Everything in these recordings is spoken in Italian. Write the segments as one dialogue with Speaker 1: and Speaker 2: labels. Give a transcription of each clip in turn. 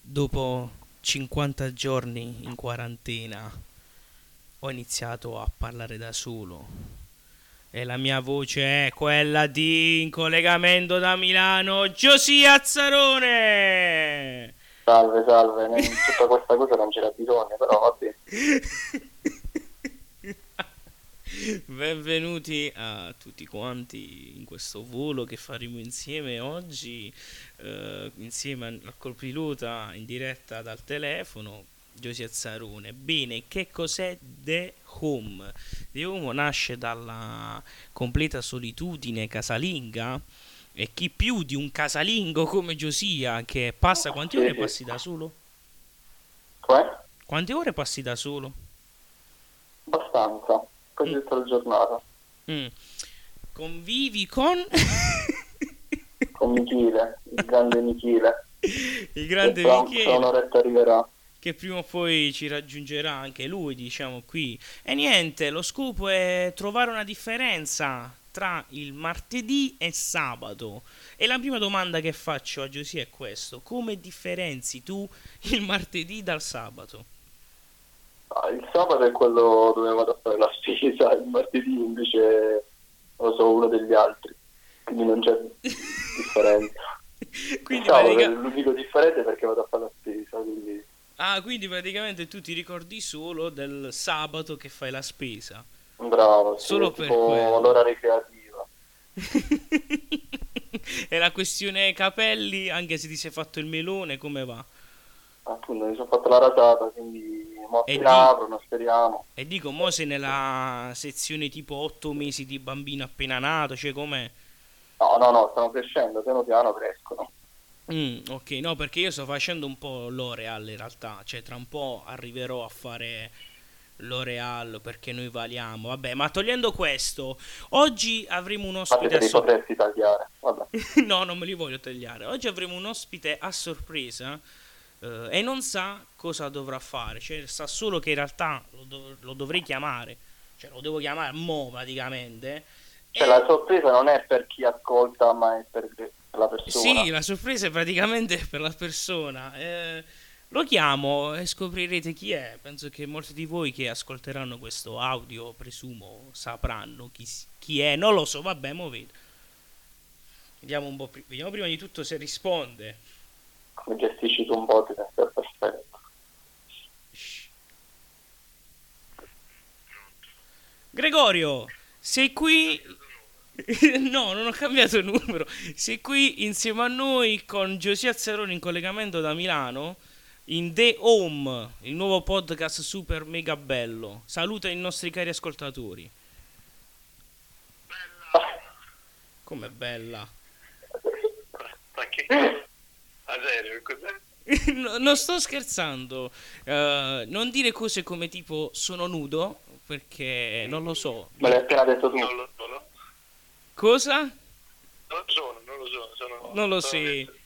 Speaker 1: dopo 50 giorni in quarantena ho iniziato a parlare da solo. E la mia voce è quella di in collegamento da Milano, Giosia Azzarone.
Speaker 2: Salve, salve, in tutta questa cosa non c'era bisogno, però vabbè.
Speaker 1: Benvenuti a tutti quanti in questo volo che faremo insieme oggi, eh, insieme al copilota in diretta dal telefono, Giosia Zarone. Bene, che cos'è The Home? The Home nasce dalla completa solitudine casalinga e chi più di un casalingo come Giosia che passa quante ore passi da solo?
Speaker 2: Cioè?
Speaker 1: Quante ore passi da solo?
Speaker 2: Abbastanza, così tutta la giornata.
Speaker 1: Mm. Convivi con
Speaker 2: Con Michele, il grande Michele.
Speaker 1: il grande
Speaker 2: che tra, tra
Speaker 1: Michele
Speaker 2: un'oretta arriverà.
Speaker 1: che prima o poi ci raggiungerà anche lui, diciamo qui. E niente, lo scopo è trovare una differenza tra il martedì e sabato. E la prima domanda che faccio a Giosia è questo: come differenzi tu il martedì dal sabato?
Speaker 2: Ah, Il sabato è quello dove vado a fare la spesa, il martedì invece lo so uno degli altri, quindi non c'è differenza. il
Speaker 1: Quindi,
Speaker 2: sabato
Speaker 1: pratica-
Speaker 2: è l'unico differente è perché vado a fare la spesa, quindi
Speaker 1: ah, quindi praticamente tu ti ricordi solo del sabato che fai la spesa.
Speaker 2: bravo, sì,
Speaker 1: Solo
Speaker 2: è
Speaker 1: per
Speaker 2: tipo
Speaker 1: quello.
Speaker 2: l'ora ricreativa.
Speaker 1: e la questione capelli, anche se ti sei fatto il melone, come va?
Speaker 2: Appunto, mi sono fatta la rasata, quindi mo
Speaker 1: E
Speaker 2: si
Speaker 1: di-
Speaker 2: aprono, speriamo.
Speaker 1: E dico, mo sei nella sezione tipo 8 mesi di bambino appena nato, cioè com'è?
Speaker 2: No, no, no, stanno crescendo, piano piano crescono.
Speaker 1: Mm, ok, no, perché io sto facendo un po' l'Oreal in realtà, cioè tra un po' arriverò a fare l'Oreal perché noi valiamo. Vabbè, ma togliendo questo, oggi avremo un
Speaker 2: Infatti
Speaker 1: ospite
Speaker 2: te
Speaker 1: a
Speaker 2: li
Speaker 1: sorpresa.
Speaker 2: potresti tagliare. Vabbè.
Speaker 1: No, non me li voglio tagliare. Oggi avremo un ospite a sorpresa eh, e non sa cosa dovrà fare. Cioè, sa solo che in realtà lo, dov- lo dovrei chiamare. Cioè, lo devo chiamare mo praticamente.
Speaker 2: Cioè,
Speaker 1: E-
Speaker 2: la sorpresa non è per chi ascolta, ma è per per la persona.
Speaker 1: Sì, la sorpresa è praticamente per la persona. Eh, lo chiamo e scoprirete chi è. Penso che molti di voi che ascolteranno questo audio, presumo, sapranno chi, si- chi è. Non lo so, vabbè, mo vedo. Vediamo un po' pri- vediamo prima di tutto se risponde.
Speaker 2: Come gestisci tu un po' ti senti perfetto.
Speaker 1: Gregorio, sei qui? No, non ho cambiato il numero. Sei qui insieme a noi con Giosia Zeroni in collegamento da Milano in The Home, il nuovo podcast super mega bello. Saluta i nostri cari ascoltatori. Com'è bella?
Speaker 3: Ma che cosa? Ma serio, che cos'è?
Speaker 1: No, non sto scherzando. Eh, non dire cose come tipo sono nudo, perché non lo so.
Speaker 2: Me l'hai appena detto tu.
Speaker 3: Non lo sono.
Speaker 1: Cosa?
Speaker 3: Non lo sono, non lo sono. sono cioè,
Speaker 1: Non lo
Speaker 3: sono
Speaker 1: sei.
Speaker 3: detto-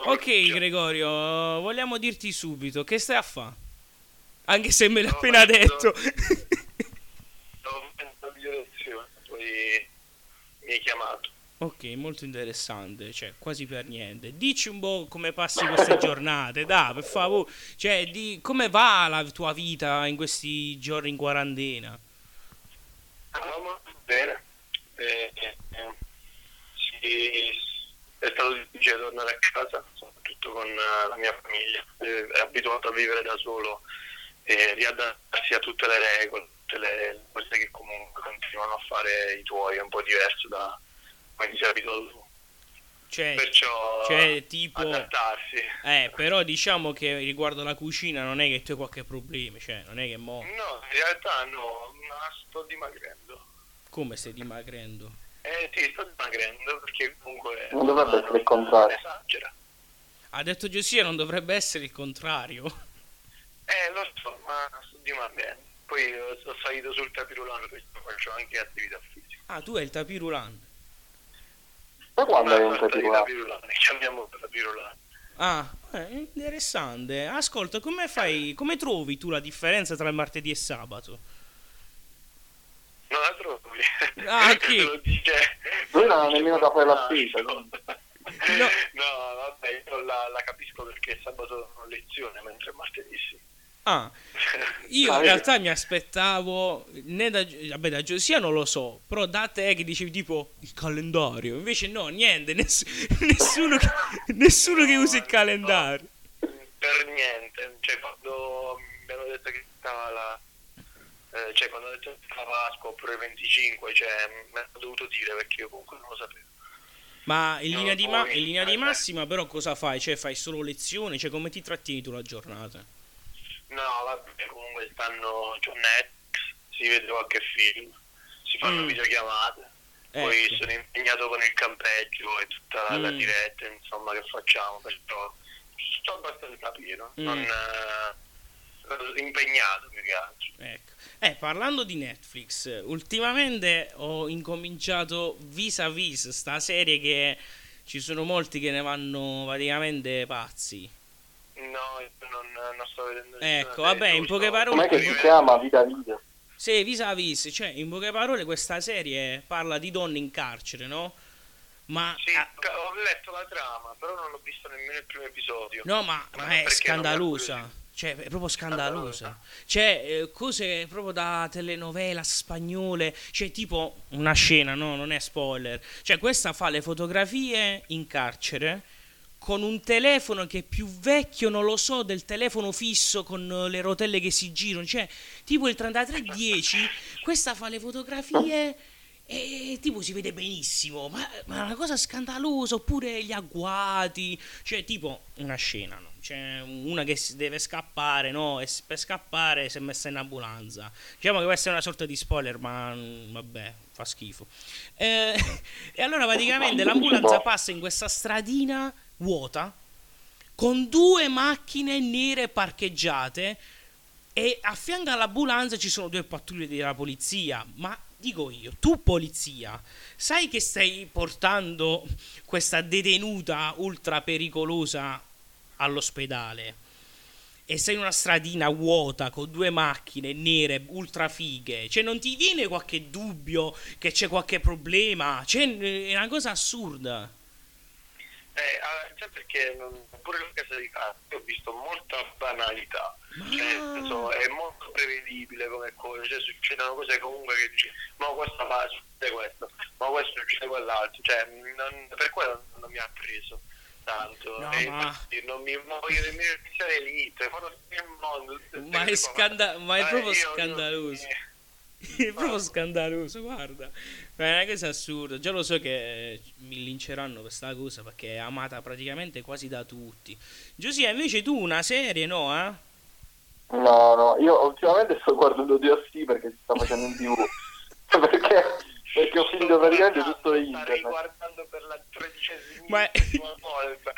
Speaker 3: sono
Speaker 1: Ok,
Speaker 3: detto-
Speaker 1: Gregorio, vogliamo dirti subito che stai a fa? Anche se me l'hai
Speaker 3: No,
Speaker 1: appena
Speaker 3: ma io-
Speaker 1: detto.
Speaker 3: sono una violazione, Poi mi hai chiamato.
Speaker 1: ok, molto interessante, cioè quasi per niente. Dici un po' come passi queste giornate, dai, per favore. Cioè, di, come va la tua vita in questi giorni in quarantena?
Speaker 3: Ah, ma bene. Eh, eh, eh. Sì, è stato difficile tornare a casa, soprattutto con eh, la mia famiglia. Eh, è abituato a vivere da solo e riadattarsi a tutte le regole, tutte le cose che comunque continuano a fare i tuoi, è un po' diverso da come ti sei abituato tu.
Speaker 1: Cioè,
Speaker 3: Perciò
Speaker 1: cioè, tipo-
Speaker 3: adattarsi.
Speaker 1: eh, però diciamo che riguardo la cucina non è che tu hai qualche problema, cioè, non è che mo
Speaker 3: No, in realtà no, ma sto dimagrendo.
Speaker 1: come stai dimagrendo.
Speaker 3: Eh sì, sto dimagrendo perché comunque...
Speaker 2: Non dovrebbe essere il contrario.
Speaker 3: Esagera.
Speaker 1: Ha detto Giosia non dovrebbe essere il contrario.
Speaker 3: Eh, lo so, ma sto dimagrendo. Poi eh, sono salito sul tapirulano perché faccio anche attività fisica.
Speaker 1: Ah, tu hai il tapirulan.
Speaker 2: Da quando è un
Speaker 3: Basta di
Speaker 2: tatuaggio?
Speaker 3: tapirulano, chiamiamo tapirulano.
Speaker 1: Ah, eh, interessante. Ascolta, come fai, come trovi tu la differenza tra martedì e sabato?
Speaker 3: Non la trovi.
Speaker 1: Ah, chi?
Speaker 3: Te lo dice.
Speaker 2: Lui non ha nemmeno da fare la
Speaker 3: Ah,
Speaker 2: spesa,
Speaker 3: No,
Speaker 2: no?
Speaker 3: No, vabbè, io la, la capisco perché sabato lezione, mentre martedì sì.
Speaker 1: Ah, io in realtà mi aspettavo, né da, vabbè, da Giosia non lo so, però da te che dicevi tipo il calendario, invece no, niente, ness- nessuno, che, nessuno che usa il calendario.
Speaker 3: Per niente, cioè quando mi hanno detto che stava la... eh, cioè quando hanno detto che stava Pasqua oppure il 25, cioè mi hanno dovuto dire perché io comunque non lo sapevo.
Speaker 1: Ma in
Speaker 3: No,
Speaker 1: linea, di, ma-
Speaker 3: poi-
Speaker 1: in linea di
Speaker 3: eh, beh.
Speaker 1: massima però cosa fai? Cioè fai solo lezione, cioè come ti trattieni tu la giornata?
Speaker 3: No, vabbè, comunque stanno c'è Netflix, si vede qualche film, si fanno
Speaker 1: Mm.
Speaker 3: videochiamate, poi
Speaker 1: Ecco.
Speaker 3: sono impegnato con il campeggio e tutta la, la
Speaker 1: Mm.
Speaker 3: diretta, insomma, che facciamo, perciò sto abbastanza pieno,
Speaker 1: Mm.
Speaker 3: non eh, impegnato più che altro.
Speaker 1: Ecco. Eh, parlando di Netflix, ultimamente ho incominciato vis a vis sta serie che ci sono molti che ne vanno praticamente pazzi.
Speaker 3: No, io non, non sto vedendo
Speaker 1: Ecco, vabbè, in poche parole-
Speaker 2: Com'è che si chiama Vita Vita?
Speaker 1: Se vis a vis, cioè in poche parole questa serie parla di donne in carcere, no? Ma
Speaker 3: Sì,
Speaker 1: ah,
Speaker 3: ca- ho letto la trama, però non ho visto nemmeno il primo episodio.
Speaker 1: no, ma, ma
Speaker 3: Ma
Speaker 1: è
Speaker 3: perché non
Speaker 1: scandalosa. Cioè, è proprio scandalosa. Cioè, eh, cose proprio da telenovela spagnole. Cioè, tipo una scena, no? Non è spoiler. Cioè, questa fa le fotografie in carcere con un telefono che è più vecchio, non lo so, del telefono fisso con eh, le rotelle che si girano. Cioè, tipo il 3310, questa fa le fotografie e tipo si vede benissimo. Ma, ma è una cosa scandalosa, oppure gli agguati. Cioè, tipo una scena, no? C'è una che si deve scappare, no? E s- per scappare si è messa in ambulanza. Diciamo che questa è una sorta di spoiler, ma mm, vabbè, fa schifo. Eh, e allora praticamente l'ambulanza passa in questa stradina vuota con due macchine nere parcheggiate e a fianco all'ambulanza ci sono due pattuglie della polizia. Ma dico io, tu polizia, sai che stai portando questa detenuta ultra pericolosa all'ospedale? E sei in una stradina vuota con due macchine nere ultra fighe. Cioè, non ti viene qualche dubbio che c'è qualche problema? Cioè, è una cosa assurda.
Speaker 3: Eh, ah, sai perché non- pure la casa di carta ho visto molta banalità, cioè, nel senso, è molto prevedibile come cosa, cioè, succedono cose comunque che dici, ma questa fa, succede questo, ma questo succede quell'altro, cioè, non- per quello non mi ha preso tanto,
Speaker 1: No,
Speaker 3: e
Speaker 1: ma-
Speaker 3: infatti non mi non voglio nemmeno iniziare l'elite, fanno tutto il mondo, tutte queste
Speaker 1: Ma è,
Speaker 3: cose qua.
Speaker 1: scanda- ma è
Speaker 3: Eh,
Speaker 1: proprio
Speaker 3: io- io-
Speaker 1: scandaloso.
Speaker 3: eh,
Speaker 1: È proprio scandaloso, guarda. Ma è una cosa assurda. Già lo so che eh, mi linceranno per questa cosa perché è amata praticamente quasi da tutti. Giuseppe, invece tu una serie, no? Eh?
Speaker 2: No, no, io ultimamente sto guardando DRC perché si sta facendo in tv. perché, perché ho finito praticamente tutto
Speaker 3: Sta
Speaker 2: internet.
Speaker 3: riguardando per la tredicesima
Speaker 1: Ma-
Speaker 3: volta.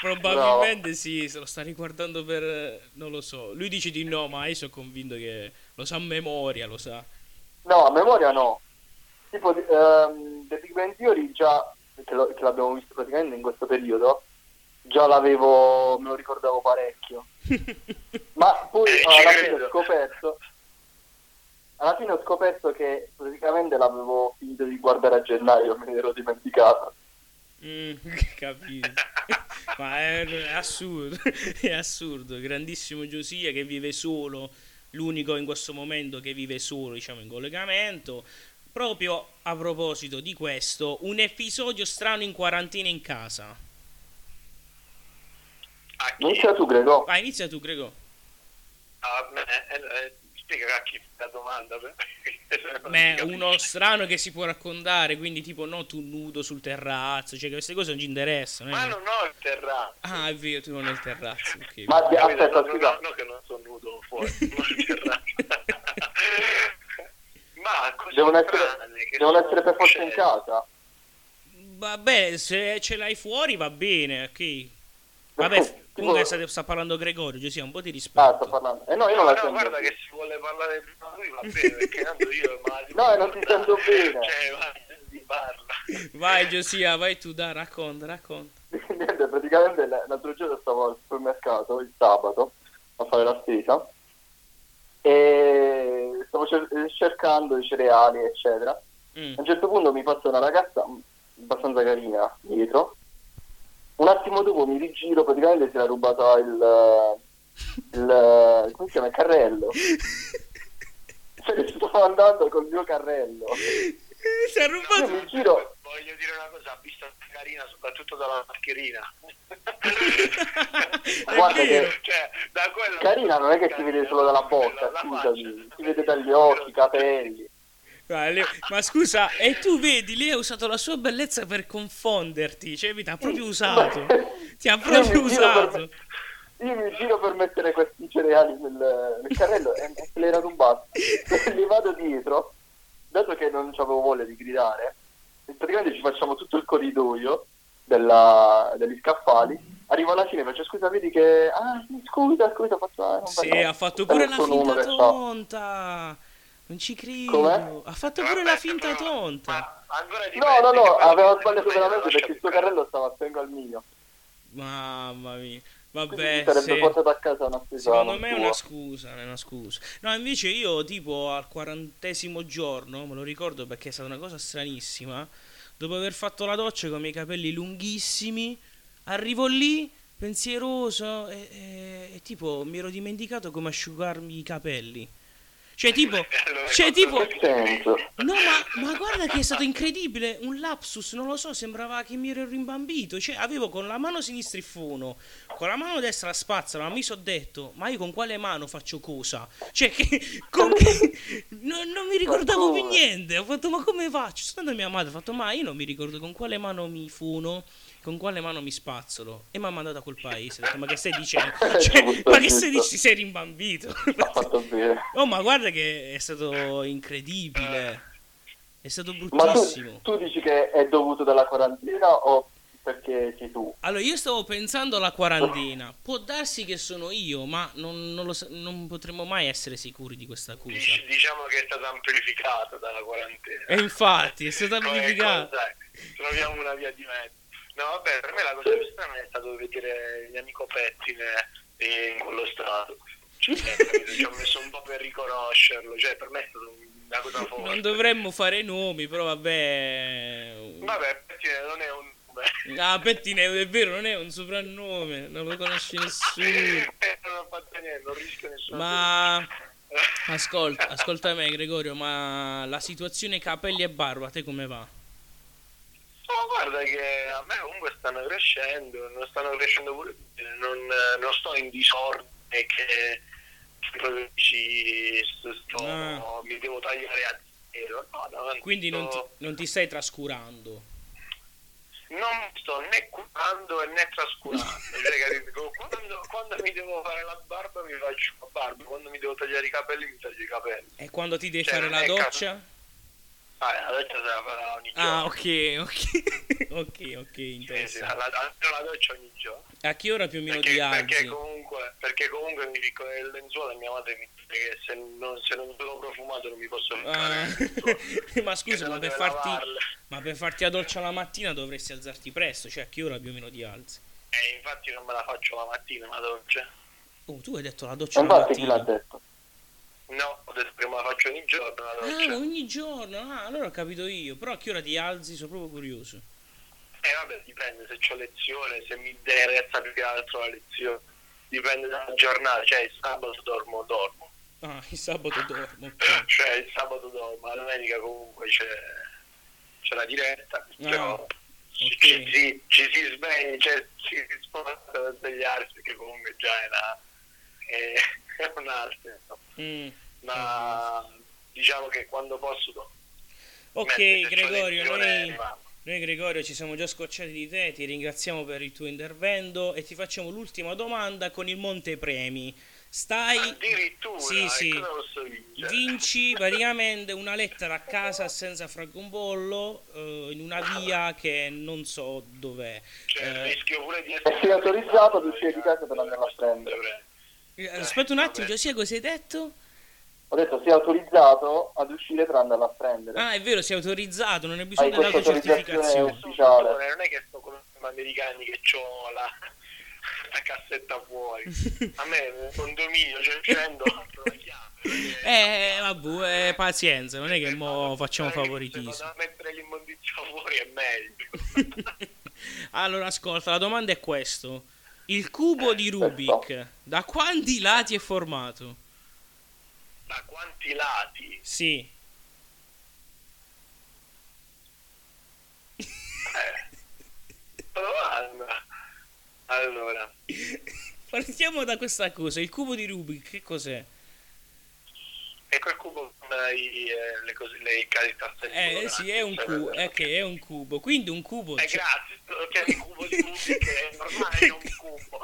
Speaker 1: Probabilmente sì, se lo sta riguardando per... eh, non lo so. Lui dice di no, ma io sono convinto che lo sa a memoria, lo sa.
Speaker 2: No, a memoria no. Tipo, di- ehm, The Big Bang Theory già, che, lo- che l'abbiamo visto praticamente in questo periodo, già l'avevo, me lo ricordavo parecchio. Ma poi
Speaker 3: Eh, ci
Speaker 2: alla fine
Speaker 3: credo.
Speaker 2: ho scoperto, alla fine ho scoperto che praticamente l'avevo finito di guardare a gennaio, me ne ero dimenticato.
Speaker 1: Mm, capito. Ma è, è assurdo, è assurdo. Grandissimo Giosia che vive solo, l'unico in questo momento che vive solo, diciamo, in collegamento. Proprio a proposito di questo, un episodio strano in quarantina in casa.
Speaker 3: A chi?
Speaker 2: Inizia tu, Greco.
Speaker 1: Vai, inizia tu, Greco.
Speaker 3: Ah, beh, eh, eh, spiega a chi la domanda. perché-
Speaker 1: Beh, uno strano che si può raccontare, quindi tipo no, tu nudo sul terrazzo, cioè che queste cose non ci interessano. eh.
Speaker 3: Ma non ho il terrazzo.
Speaker 1: Ah, è vero, tu non hai il terrazzo. ok.
Speaker 2: Ma
Speaker 3: Capito?
Speaker 2: Ah, aspetta,
Speaker 3: no,
Speaker 2: scusa.
Speaker 3: no, no, che non sono nudo fuori, non ho il terrazzo. Ma così
Speaker 2: Devono essere,
Speaker 3: strane che
Speaker 2: devono
Speaker 3: sono cioè,
Speaker 2: essere per forza in
Speaker 3: successe.
Speaker 2: casa.
Speaker 1: Vabbè, se ce l'hai fuori va bene, ok. Vabbè, f-
Speaker 2: Tipo-
Speaker 1: comunque sta, sta parlando Gregorio, Giuseppe, un po' di rispetto.
Speaker 2: Ah, sto parlando. Eh no, io
Speaker 3: certo. No,
Speaker 2: non la
Speaker 3: no,
Speaker 2: sento.
Speaker 3: guarda che si vuole parlare prima lui va bene, perché tanto io ma
Speaker 2: No, e non ti sento bene.
Speaker 3: Cioè, ma si parla.
Speaker 1: Vai Giuseppe, vai tu, dai, racconta, racconta.
Speaker 2: Niente, praticamente l- l'altro giorno stavo al supermercato il sabato a fare la spesa e stavo cer- cercando i cereali, eccetera. A
Speaker 1: Mm.
Speaker 2: un certo punto mi passa una ragazza abbastanza carina mm, dietro un attimo dopo mi rigiro, praticamente si era rubato il, il, come si chiama, il carrello. Cioè, stavo andando col mio carrello.
Speaker 1: Si è
Speaker 2: Io
Speaker 1: rubato.
Speaker 2: mi giro,
Speaker 3: Voglio dire una cosa, ha visto carina soprattutto dalla mascherina.
Speaker 1: È
Speaker 2: Guarda
Speaker 1: vero.
Speaker 2: che-
Speaker 3: Cioè, da quella-
Speaker 2: carina non è che si vede solo dalla bocca,
Speaker 3: dalla
Speaker 2: scusami,
Speaker 3: faccia.
Speaker 2: si vede dagli occhi, i capelli.
Speaker 1: Guarda, Leo- Ma scusa, e tu vedi, lei ha usato la sua bellezza per confonderti. Cioè, mi ti ha proprio usato. Ti ha proprio
Speaker 2: Io mi giro per-
Speaker 1: usato.
Speaker 2: Io mi giro per mettere questi cereali nel, nel carrello e e se l'era rubato. Li vado dietro, dato che non avevo voglia di gridare, praticamente ci facciamo tutto il corridoio della- degli scaffali. Arrivo alla fine e faccio scusa, vedi che... Ah, sì, scusa, scusa, ho fatto... ah, non
Speaker 1: Sì,
Speaker 2: vedo".
Speaker 1: ha fatto
Speaker 2: Era
Speaker 1: pure
Speaker 2: il
Speaker 1: la
Speaker 2: suo
Speaker 1: finta
Speaker 2: numero, ciao.
Speaker 1: tonta. Non ci credo.
Speaker 2: Com'è?
Speaker 1: Ha fatto pure la
Speaker 3: Vabbè,
Speaker 1: finta
Speaker 3: però-
Speaker 1: tonta.
Speaker 3: ma ancora ti
Speaker 2: No, no,
Speaker 3: metti
Speaker 2: no,
Speaker 3: che poi
Speaker 2: avevo
Speaker 3: non
Speaker 2: sbagliato
Speaker 3: sai, non
Speaker 2: veramente
Speaker 3: lascia
Speaker 2: perché il suo
Speaker 3: piccare.
Speaker 2: carrello stava attorno al mio.
Speaker 1: Mamma mia.
Speaker 2: Quindi mi
Speaker 1: Vabbè,
Speaker 2: sarebbe
Speaker 1: sì.
Speaker 2: portato a casa una spesa.
Speaker 1: Secondo
Speaker 2: non
Speaker 1: me è
Speaker 2: sua.
Speaker 1: una scusa, è una scusa. No, invece io tipo al quarantesimo giorno, me lo ricordo perché è stata una cosa stranissima, dopo aver fatto la doccia con i miei capelli lunghissimi, arrivo lì pensieroso e, e- e tipo mi ero dimenticato come asciugarmi i capelli. Cioè tipo,
Speaker 3: Allora,
Speaker 1: cioè tipo,
Speaker 2: Che senso?
Speaker 1: No, ma, ma guarda che è stato incredibile, un lapsus, non lo so, sembrava che mi ero rimbambito, cioè avevo con la mano sinistra il fono, con la mano destra la spazzola, ma mi sono detto, ma io con quale mano faccio cosa? Cioè, che, con che- no- non mi ricordavo più niente, ho fatto, ma come faccio? Sono andato a mia madre, ho fatto, ma io non mi ricordo con quale mano mi fono, con quale mano mi spazzolo, e mi ha mandato a quel paese, ho detto, ma che stai dicendo? Cioè, ma che stai dicendo? Ti sei rimbambito?
Speaker 2: Ha fatto bene.
Speaker 1: Oh, ma guarda che è stato incredibile. È stato
Speaker 2: Ma
Speaker 1: bruttissimo.
Speaker 2: tu, tu dici che è dovuto dalla quarantena o perché sei tu?
Speaker 1: Allora, io stavo pensando alla quarantena. Può darsi che sono io, ma non, non lo sa- non potremo mai essere sicuri di questa cosa.
Speaker 3: Dici- Diciamo che è stata amplificata dalla quarantena.
Speaker 1: E infatti, è stata
Speaker 3: Come
Speaker 1: amplificata.
Speaker 3: cosa è? Troviamo una via di mezzo. No, vabbè, per me la cosa più strana è stato vedere il mio amico Pettine in quello stato. Cioè, capito, ci ho messo un po' per riconoscerlo, cioè per me è stata una cosa forte.
Speaker 1: Non dovremmo fare nomi, però vabbè.
Speaker 3: Vabbè, Pettine non è un nome.
Speaker 1: Ah, Pettine, è vero, non è un soprannome, non lo conosce nessuno.
Speaker 3: Eh, non ho fatto niente, non rischio nessuno.
Speaker 1: Ma ascolta, ascolta me, Gregorio, ma la situazione capelli e barba, a te come va?
Speaker 3: No, guarda che a me comunque stanno crescendo, non stanno crescendo pure bene, non, eh, non sto in disordine che proprio dici sto- sto-
Speaker 1: Ah.
Speaker 3: mi devo tagliare a zero. No, no, non
Speaker 1: Quindi non ti,
Speaker 3: sto-
Speaker 1: non ti stai trascurando.
Speaker 3: non sto né curando e né trascurando. cioè, capito? quando, quando mi devo fare la barba mi faccio la barba, quando mi devo tagliare i capelli mi taglio i capelli.
Speaker 1: E quando ti devi
Speaker 3: Cioè,
Speaker 1: fare
Speaker 3: non
Speaker 1: la
Speaker 3: è
Speaker 1: doccia?
Speaker 3: Ah, adesso se la farà ogni
Speaker 1: Ah,
Speaker 3: giorno.
Speaker 1: ok, ok. ok, ok,
Speaker 3: Sì, sì,
Speaker 1: interessante.
Speaker 3: alla, alla doccia ogni giorno.
Speaker 1: A che ora più o meno
Speaker 3: perché, perché
Speaker 1: viaggi?
Speaker 3: comunque, perché comunque mi dico il lenzuolo e mia madre mi dice che se non, se non sono profumato non mi posso toccare
Speaker 1: Ah,
Speaker 3: il lenzuolo.
Speaker 1: ma
Speaker 3: Che se
Speaker 1: scusa,
Speaker 3: no
Speaker 1: ma per,
Speaker 3: deve
Speaker 1: farti,
Speaker 3: lavarle.
Speaker 1: ma per farti la doccia la mattina dovresti alzarti presto, cioè a che ora più o meno ti alzi?
Speaker 3: E Eh, infatti non me la faccio la mattina la doccia.
Speaker 1: Oh, tu hai detto la
Speaker 2: E
Speaker 1: doccia la
Speaker 2: infatti chi l'ha
Speaker 1: mattina.
Speaker 2: detto?
Speaker 3: No, ho detto che me la faccio ogni giorno la doccia.
Speaker 1: Ah, ogni giorno, ah, allora ho capito io, però a che ora ti alzi? Sono proprio curioso.
Speaker 3: E Eh, vabbè, dipende se ho lezione, se mi interessa più che altro la lezione. Dipende dalla giornata, cioè il sabato dormo, dormo.
Speaker 1: Ah, il sabato dormo. ok.
Speaker 3: Cioè il sabato dormo, la domenica comunque c'è, c'è la diretta, però...
Speaker 1: Ah, ok.
Speaker 3: ci, si- ci si sveglia, cioè ci si sposta da svegliarsi perché comunque già è, una, è, è un'arte. insomma.
Speaker 1: Mm.
Speaker 3: Ma diciamo che quando posso... do-
Speaker 1: Ok,
Speaker 3: mentre se c'ho
Speaker 1: Gregorio,
Speaker 3: lezione,
Speaker 1: noi...
Speaker 3: vado.
Speaker 1: Noi Gregorio ci siamo già scocciati di te, ti ringraziamo per il tuo intervento e ti facciamo l'ultima domanda con il montepremi. Stai,
Speaker 3: Addirittura,
Speaker 1: Sì,
Speaker 3: e
Speaker 1: sì.
Speaker 3: cosa posso vincere?
Speaker 1: vinci praticamente una lettera a casa senza francobollo eh, in una via che non so dov'è.
Speaker 3: Cioè,
Speaker 1: Eh,
Speaker 3: rischio pure di
Speaker 2: E
Speaker 3: essere...
Speaker 2: se è autorizzato, tu sei di casa per andarla a prendere.
Speaker 1: eh, aspetta un attimo, Giosia, cosa hai detto?
Speaker 2: Ho detto sei autorizzato ad uscire per andarla a prendere.
Speaker 1: Ah, è vero, sei autorizzato, non hai
Speaker 2: Hai
Speaker 1: bisogno della
Speaker 2: questa
Speaker 1: tua
Speaker 2: autorizzazione
Speaker 1: certificazione.
Speaker 2: ufficiale.
Speaker 3: Non è che sto come gli americani che ho la, la cassetta fuori. A me nel condominio cioè, scendo, apro la chiave. perché- Eh,
Speaker 1: Eh, vabbè, eh, pazienza, non è che mo
Speaker 3: Guarda,
Speaker 1: facciamo
Speaker 3: guarda che
Speaker 1: favoritismo.
Speaker 3: Se vado a mettere l'immondizia fuori è meglio.
Speaker 1: Allora, ascolta, la domanda è questa. Il cubo di Rubik da quanti lati è formato?
Speaker 3: Da quanti lati?
Speaker 1: Sì.
Speaker 3: Eh. Domanda. Allora,
Speaker 1: Partiamo da questa cosa. Il cubo di Rubik che cos'è?
Speaker 3: e quel cubo con i, eh, le cose, le case
Speaker 1: Eh, sì, è un cubo, è che è un cubo. Quindi un cubo
Speaker 3: Eh,
Speaker 1: cioè-
Speaker 3: grazie, solo che è un cubo di musica, è normale, è un cubo.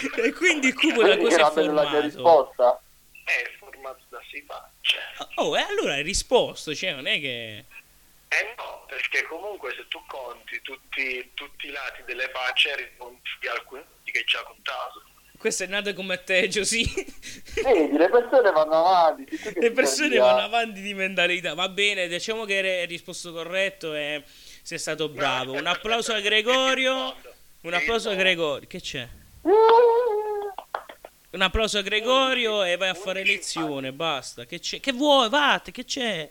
Speaker 3: Cioè,
Speaker 1: E quindi il cubo da
Speaker 2: Quindi che
Speaker 1: cosa è
Speaker 2: era bella la mia
Speaker 1: formato?
Speaker 2: risposta.
Speaker 3: È formato da si faccia.
Speaker 1: Oh, e allora hai risposto, cioè non è che...
Speaker 3: Eh no, perché comunque se tu conti tutti, tutti i lati delle facce, riconti alcuni che ci ha contato.
Speaker 1: Questo è nato come a te, Giusy.
Speaker 2: Vedi, le persone vanno avanti. sei tu che
Speaker 1: Le
Speaker 2: ti
Speaker 1: persone
Speaker 2: perdi a-
Speaker 1: vanno avanti di mentalità. Va bene, diciamo che hai risposto corretto e sei stato bravo. Un applauso a Gregorio. Un applauso a Gregorio. Che c'è? Un applauso a Gregorio e vai a fare lezione. Basta. Che, c'è? che vuoi? Vate, che c'è?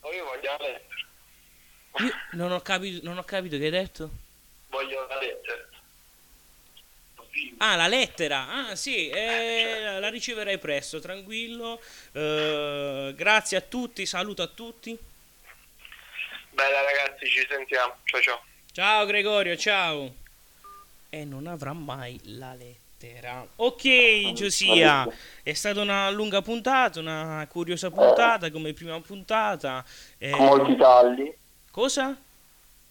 Speaker 3: Oh, io voglio la lettera.
Speaker 1: Io non ho capito, non ho capito che hai detto.
Speaker 3: Voglio la lettera. Sì.
Speaker 1: Ah, la lettera. Ah, sì, eh, la riceverai presto, tranquillo. Eh, grazie a tutti, saluto a tutti.
Speaker 3: Bella ragazzi, ci sentiamo. Ciao ciao.
Speaker 1: Ciao Gregorio, ciao. E non avrà mai la lettera. Ok, Giosia, è stata una lunga puntata, una curiosa puntata come prima puntata. Eh,
Speaker 2: Con molti tagli.
Speaker 1: cosa?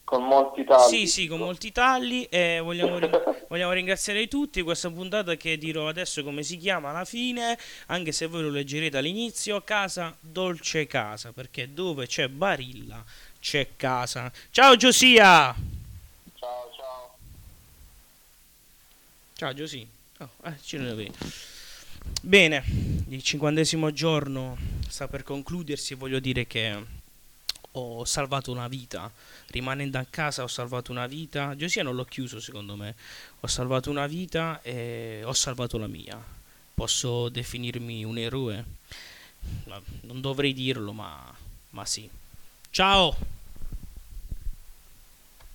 Speaker 2: Con molti tagli.
Speaker 1: Sì, sì, con molti tagli. E vogliamo, rin- vogliamo ringraziare tutti. Questa puntata che dirò adesso come si chiama alla fine, anche se voi lo leggerete all'inizio, Casa Dolce Casa, perché dove c'è Barilla c'è casa. Ciao Giosia!
Speaker 2: Ciao, ciao.
Speaker 1: Ciao Giusy. Oh, eh, ci ritroviamo. Bene, il cinquantesimo giorno sta per concludersi. Voglio dire che ho salvato una vita. Rimanendo a casa ho salvato una vita. Giosia non l'ho chiuso secondo me. Ho salvato una vita e ho salvato la mia. Posso definirmi un eroe? Ma Non dovrei dirlo, ma, ma sì. Ciao!